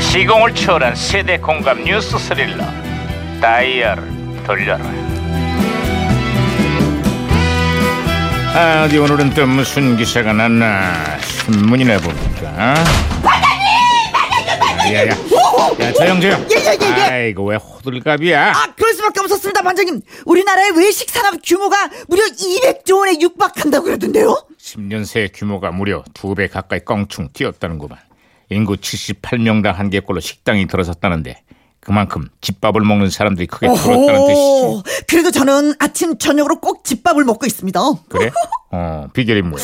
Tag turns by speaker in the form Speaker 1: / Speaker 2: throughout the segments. Speaker 1: 시공을 초월한 세대 공감 뉴스 스릴러 다이얼 돌려라 아, 어디 오늘은 또 무슨 기사가 났나 신문이나 봅니까 반장님! 야야 야 조용 조용
Speaker 2: 예, 예, 예, 예.
Speaker 1: 아이고 왜 호들갑이야
Speaker 2: 아, 그럴 수밖에 없었습니다, 반장님. 우리나라의 외식 산업 규모가 무려 200조 원에 육박한다고 그러던데요?
Speaker 1: 10년 새 규모가 무려 두 배 가까이 껑충 뛰었다는구만. 인구 78명당 한 개꼴로 식당이 들어섰다는데 그만큼 집밥을 먹는 사람들이 크게 줄었다는 예, 뜻이지.
Speaker 2: 오호. 그래도 저는 아침 저녁으로 꼭 집밥을 먹고 있습니다. 어,
Speaker 1: 그래? 어, 비결이 뭐야?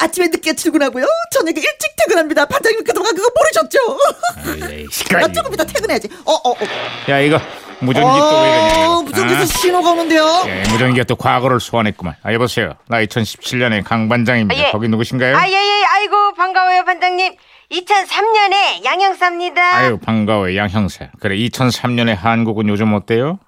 Speaker 2: 아침에 늦게 출근하고요. 저녁에 일찍 퇴근합니다. 반장님 그동안 그거 모르셨죠?
Speaker 1: 그러니까 아이,
Speaker 2: 나
Speaker 1: 시끄러워.
Speaker 2: 조금 이따 퇴근해야지. 어, 어, 어.
Speaker 1: 야 이거 무전기 또 왜 이러냐? 이거.
Speaker 2: 어, 무전기에서 신호가 오는데요.
Speaker 1: 아? 예, 무전기가 또 과거를 소환했구만. 아 여보세요. 나 2017년의 강 반장입니다.
Speaker 3: 예.
Speaker 1: 거기 누구신가요?
Speaker 3: 아, 예, 예, 아이고, 반가워요, 반장님. 2003년에 양형사입니다.
Speaker 1: 아유 반가워요 양 형사. 그래 2003년의 한국은 요즘 어때요?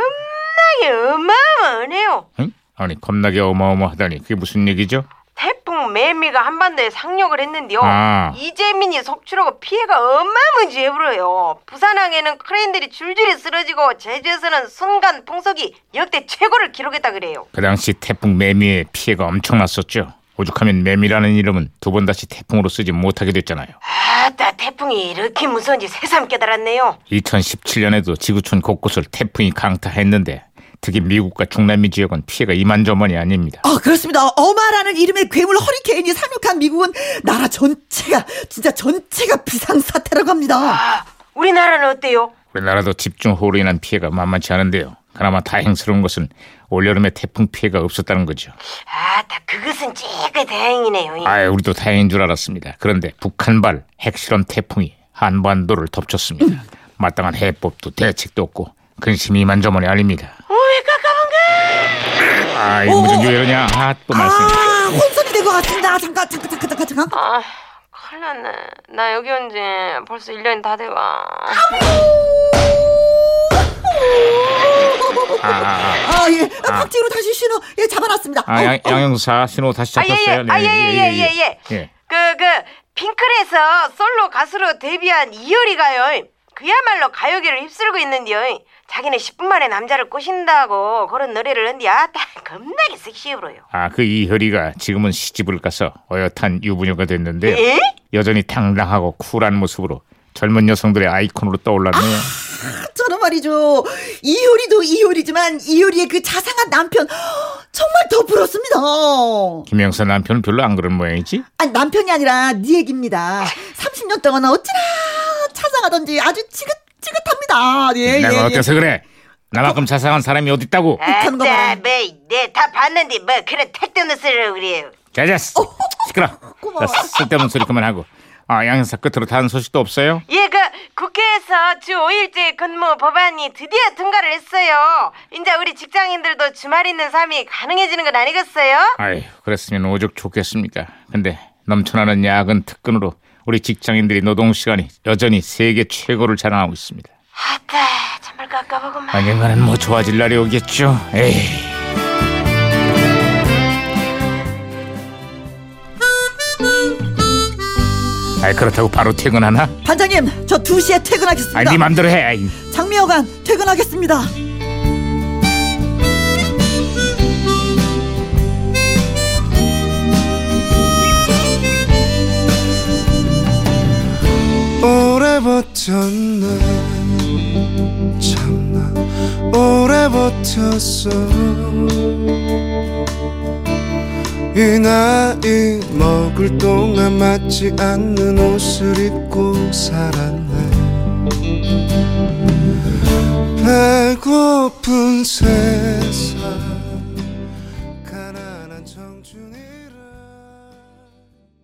Speaker 3: 겁나게 어마어마하네요.
Speaker 1: 응? 아니 겁나게 어마어마하다니 그게 무슨 얘기죠?
Speaker 3: 태풍 매미가 한반도에 상륙을 했는데요.
Speaker 1: 아.
Speaker 3: 이재민이 속출하고 피해가 어마무지해버려요. 부산항에는 크레인들이 줄줄이 쓰러지고 제주에서는 순간 풍속이 역대 최고를 기록했다 그래요.
Speaker 1: 그 당시 태풍 매미의 피해가 엄청났었죠. 오죽하면 매미라는 이름은 두 번 다시 태풍으로 쓰지 못하게 됐잖아요.
Speaker 3: 아따 태풍이 이렇게 무서운지 새삼 깨달았네요.
Speaker 1: 2017년에도 지구촌 곳곳을 태풍이 강타했는데 특히 미국과 중남미 지역은 피해가 이만저만이 아닙니다.
Speaker 2: 아, 그렇습니다. 어마라는 이름의 괴물 허리케인이 상륙한 미국은 나라 전체가, 진짜 전체가 비상사태라고 합니다.
Speaker 3: 아 우리나라는 어때요?
Speaker 1: 우리나라도 집중호우로 인한 피해가 만만치 않은데요. 그나마 다행스러운 것은 올여름에 태풍 피해가 없었다는 거죠.
Speaker 3: 아따 그것은 찌그 다행이네요.
Speaker 1: 아, 우리도 다행인 줄 알았습니다. 그런데 북한발 핵실험 태풍이 한반도를 덮쳤습니다. 마땅한 해법도 대책도 없고 근심이 이만저만이 아닙니다.
Speaker 3: 왜 까까만가?
Speaker 1: 아, 이 무전기 왜 이러냐? 아, 또 말씀.
Speaker 2: 아, 혼선이 된 것 같습니다. 잠깐, 잠깐, 잠깐, 잠깐, 잠깐.
Speaker 3: 아, 큰일 났네. 나 여기 온 지 벌써 1년이 다 돼가.
Speaker 1: 아, 아, 아.
Speaker 2: 아, 예. 아, 박지로 다시 신호, 예, 잡아놨습니다.
Speaker 1: 아, 양, 양형사 신호 다시
Speaker 3: 아, 예, 예.
Speaker 1: 잡혔어요. 네,
Speaker 3: 아, 예, 예, 예, 예, 예. 그, 그, 핑클에서 솔로 가수로 데뷔한 이효리가요. 그야말로 가요계를 휩쓸고 있는데요. 자기는 10분 만에 남자를 꼬신다고 그런 노래를 했는데, 아, 딱 겁나게 섹시해 보여요.
Speaker 1: 아, 그 이효리가 지금은 시집을 가서 어엿한 유부녀가 됐는데요.
Speaker 3: 에?
Speaker 1: 여전히 당당하고 쿨한 모습으로 젊은 여성들의 아이콘으로 떠올랐네요.
Speaker 2: 저는 말이죠. 이효리도 이효리지만 이효리의 그 자상한 남편 정말 더 부럽습니다.
Speaker 1: 김영사 남편은 별로 안 그런 모양이지?
Speaker 2: 아니 남편이 아니라 네 얘기입니다. 30년 동안 어찌나 찾아가던지 아주 지긋지긋합니다. 예,
Speaker 1: 내가
Speaker 2: 예, 예.
Speaker 1: 어때서 그래? 나만큼 자상한 사람이 어디 있다고?
Speaker 2: 욱하는 거 봐라.
Speaker 3: 아따, 뭐, 네, 다 봤는데, 뭐, 그런 택도는 쓰려고 그래요.
Speaker 1: 자자 시끄러.
Speaker 2: 고마워.
Speaker 1: 자, 쓸데없는 소리 그만하고. 아, 양형사 끝으로 다른 소식도 없어요?
Speaker 3: 예, 그 국회에서 주 5일제 근무 법안이 드디어 통과를 했어요. 이제 우리 직장인들도 주말 있는 삶이 가능해지는 건 아니겠어요?
Speaker 1: 아이, 그랬으면 오죽 좋겠습니까. 근데 넘쳐나는 야근 특근으로 우리 직장인들이 노동 시간이 여전히 세계 최고를 자랑하고 있습니다.
Speaker 3: 아따, 네. 정말 깝깝하구만.
Speaker 1: 언젠가는 뭐 좋아질 날이 오겠죠. 에이. 아이 그렇다고 바로 퇴근하나?
Speaker 2: 반장님 저 2시에 퇴근하겠습니다.
Speaker 1: 아니 네 맘대로 해. 아이.
Speaker 2: 장미여관 퇴근하겠습니다.
Speaker 4: 오래 버텼네 참나 오래 버텼어 이 나이 먹을 동안 맞지 않는 옷을 입고 살았네 배고픈 세상